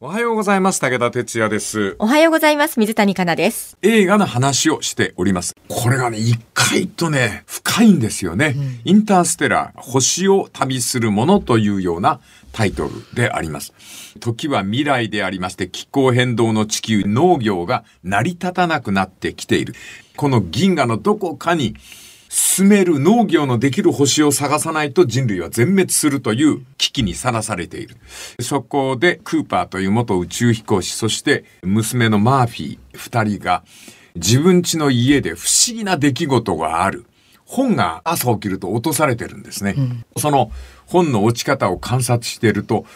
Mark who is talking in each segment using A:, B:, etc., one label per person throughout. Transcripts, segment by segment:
A: おはようございます。武田哲也です。
B: おはようございます。水谷香奈です。
A: 映画の話をしております。これがね、一回とね、深いんですよね。インターステラー、星を旅するものというようなタイトルであります。時は未来でありまして、気候変動の地球、農業が成り立たなくなってきている。この銀河のどこかに、住める農業のできる星を探さないと人類は全滅するという危機にさらされている。そこでクーパーという元宇宙飛行士、そして娘のマーフィー二人が自分家の家で不思議な出来事がある。本が朝起きると落とされてるんですね。その本の落ち方を観察していると、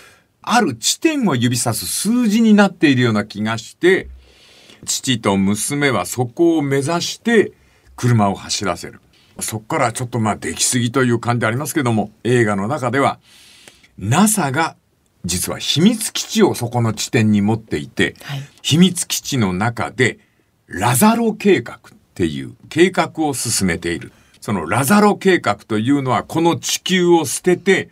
A: ある地点を指さす数字になっているような気がして、父と娘はそこを目指して車を走らせる。そこからちょっとまあ出来すぎという感じありますけども、映画の中では NASA が実は秘密基地をそこの地点に持っていて、
B: はい
A: 秘密基地の中でラザロ計画っていう計画を進めている。そのラザロ計画というのはこの地球を捨てて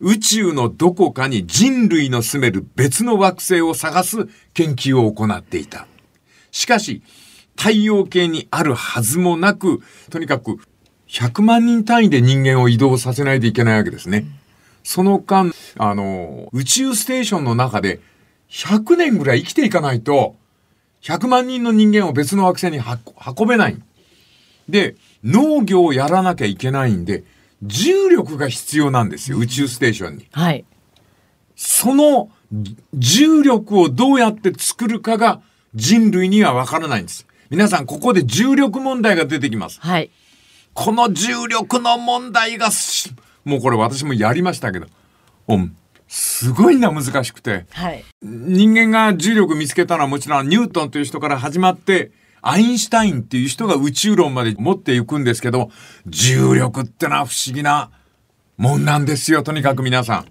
A: 宇宙のどこかに人類の住める別の惑星を探す研究を行っていた。しかし、太陽系にあるはずもなく、とにかく100万人単位で人間を移動させないといけないわけですね。その間、あの、宇宙ステーションの中で100年ぐらい生きていかないと、100万人の人間を別の惑星には運べない。で、農業をやらなきゃいけないんで、重力が必要なんですよ、宇宙ステーションに。
B: はい。
A: その重力をどうやって作るかが人類にはわからないんです。皆さん、ここで重力問題が出てきます。
B: はい。
A: この重力の問題がし、もうこれ私もやりましたけど、うん、すごいな、難しくて。
B: はい。
A: 人間が重力見つけたのはもちろんニュートンという人から始まって、アインシュタインっていう人が宇宙論まで持っていくんですけど、重力ってのは不思議なもんなんですよ、とにかく皆さ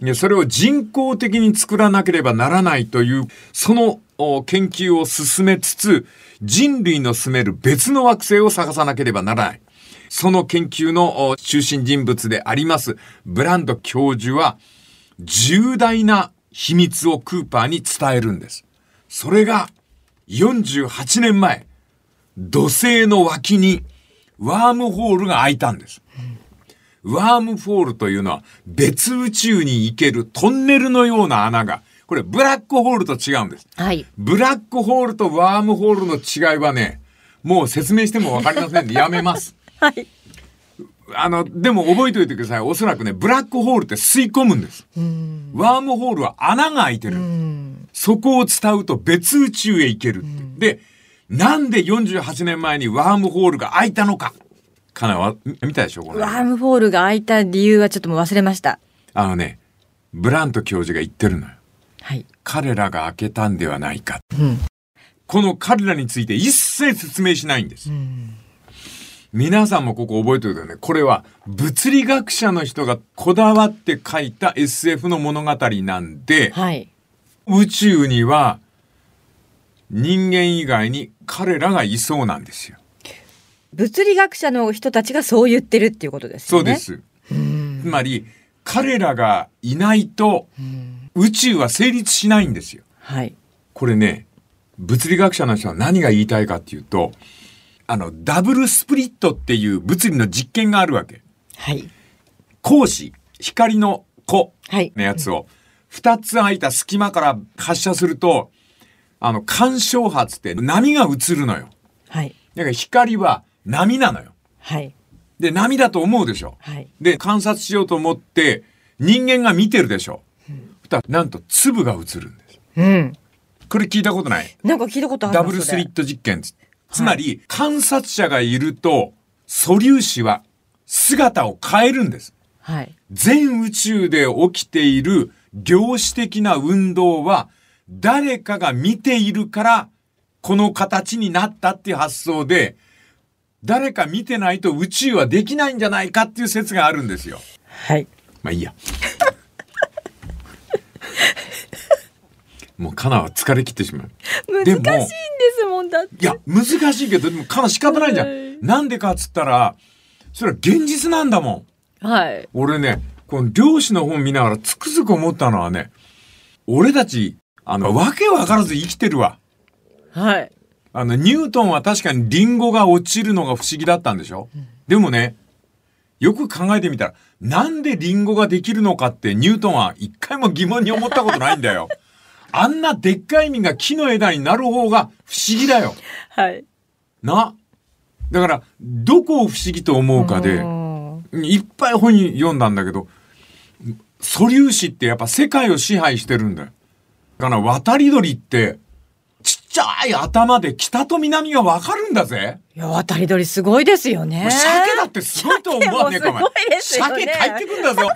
A: ん。でそれを人工的に作らなければならないという、そのお研究を進めつつ、人類の住める別の惑星を探さなければならない。その研究のお中心人物であります、ブランド教授は、重大な秘密をクーパーに伝えるんです。それが48年前、土星の脇にワームホールが開いたんです。ワームホールというのは別宇宙に行けるトンネルのような穴が、これブラックホールと違うんです。
B: はい。
A: ブラックホールとワームホールの違いはね、もう説明してもわかりませんで、やめます。
B: はい。
A: あの、でも覚えておいてください。おそらくね、ブラックホールって吸い込むんです。ワームホールは穴が開いてる。そこを伝うと別宇宙へ行けるってで、なんで48年前にワームホールが開いたのか。かなは、み見たでしょこれ。
B: ワームホールが開いた理由はちょっともう忘れました。
A: あのね、ブラント教授が言ってるのよ。
B: はい。
A: 彼らが開けたんではないか。この彼らについて一切説明しないんです。皆さんもここ覚えておいてくださいね。これは物理学者の人がこだわって書いた SF の物語なんで、
B: はい。
A: 宇宙には人間以外に彼らがいそうなんですよ。
B: 物理学者の人たちがそう言ってるっていうことです
A: そう
B: よね。
A: で。す。つまり彼らがいないと宇宙は成立しないんですよ。
B: はい。
A: これね、物理学者の人は何が言いたいかっていうと、あの、ダブルスプリットっていう物理の実験があるわけ。
B: はい。
A: 光子、光の子
B: はい。
A: のやつを、二つ空いた隙間から発射すると、あの、干渉発って波が映るのよ。
B: はい。
A: だから光は波なのよ。
B: はい。
A: で、波だと思うでしょ。
B: はい。
A: で、観察しようと思って、人間が見てるでしょ。そしたらなんと粒が映るんです。
B: うん。
A: これ聞いたことない
B: なんか聞いたことある
A: ダブルスリット実験つ。つまり、観察者がいると、素粒子は姿を変えるんです。
B: はい。
A: 全宇宙で起きている量子的な運動は、誰かが見ているから、この形になったっていう発想で、誰か見てないと宇宙はできないんじゃないかっていう説があるんですよ。
B: はい。
A: まあいいや。もうカナは疲れ切ってしまう。
B: 難しい
A: で
B: ん
A: も
B: ですもんだって。
A: いや、難しいけど、でも、かな仕方ないじゃ
B: はい
A: ん。なんでかっつったら、それは現実なんだもん。
B: はい。
A: 俺ね、この漁師の本見ながらつくづく思ったのはね、俺たちあの、わけわからず生きてるわ。
C: はい。
A: あの、ニュートンは確かにリンゴが落ちるのが不思議だったんでしょ、でもね、よく考えてみたら、なんでリンゴができるのかってニュートンは一回も疑問に思ったことないんだ よ。あんなでっかい実が木の枝になる方が不思議だよ。
C: はい。
A: な。だから、どこを不思議と思うかで、
C: うん
A: いっぱい本読んだんだけど、素粒子ってやっぱ世界を支配してるんだよ。だから渡り鳥って、ちっちゃい頭で北と南がわかるんだぜ。
C: いや、渡り鳥すごいですよね。
A: 鮭だってすごいと思わねえか、お前
C: 鮭もすごいですよね
A: 鮭帰ってくんだぞ。も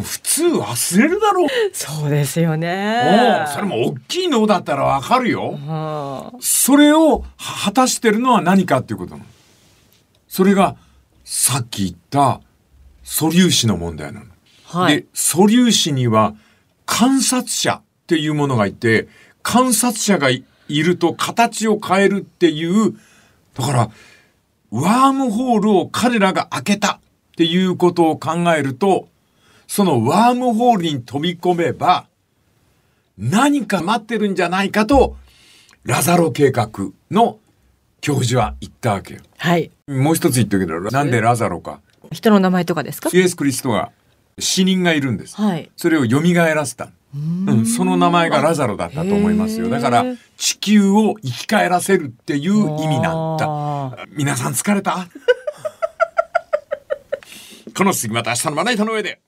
A: う普通忘れるだろう。
C: そうですよ
A: お
C: ね
A: う。それも大きい脳だったらわかるよ。
C: うん。
A: それを果たしてるのは何かっていうことなの。それが、さっき言った素粒子の問題なの。
C: は
A: で
C: い。
A: 素粒子には観察者っていうものがいて観察者がいいると形を変えるっていうだからワームホールを彼らが開けたっていうことを考えるとそのワームホールに飛び込めば何か待ってるんじゃないかとラザロ計画の教授は言ったわけよ。
C: はい。
A: もう一つ言っておけどなんでラザロか。
C: 人の名前とかですか
A: イエス・クリストが死人がいるんです。
C: はい。
A: それを蘇らせた。うん、その名前がラザロだったと思いますよ。
C: へー
A: だから地球を生き返らせるっていう意味なんだ。
C: あ
A: 皆さん疲れたこの次また明日のまな板の上で。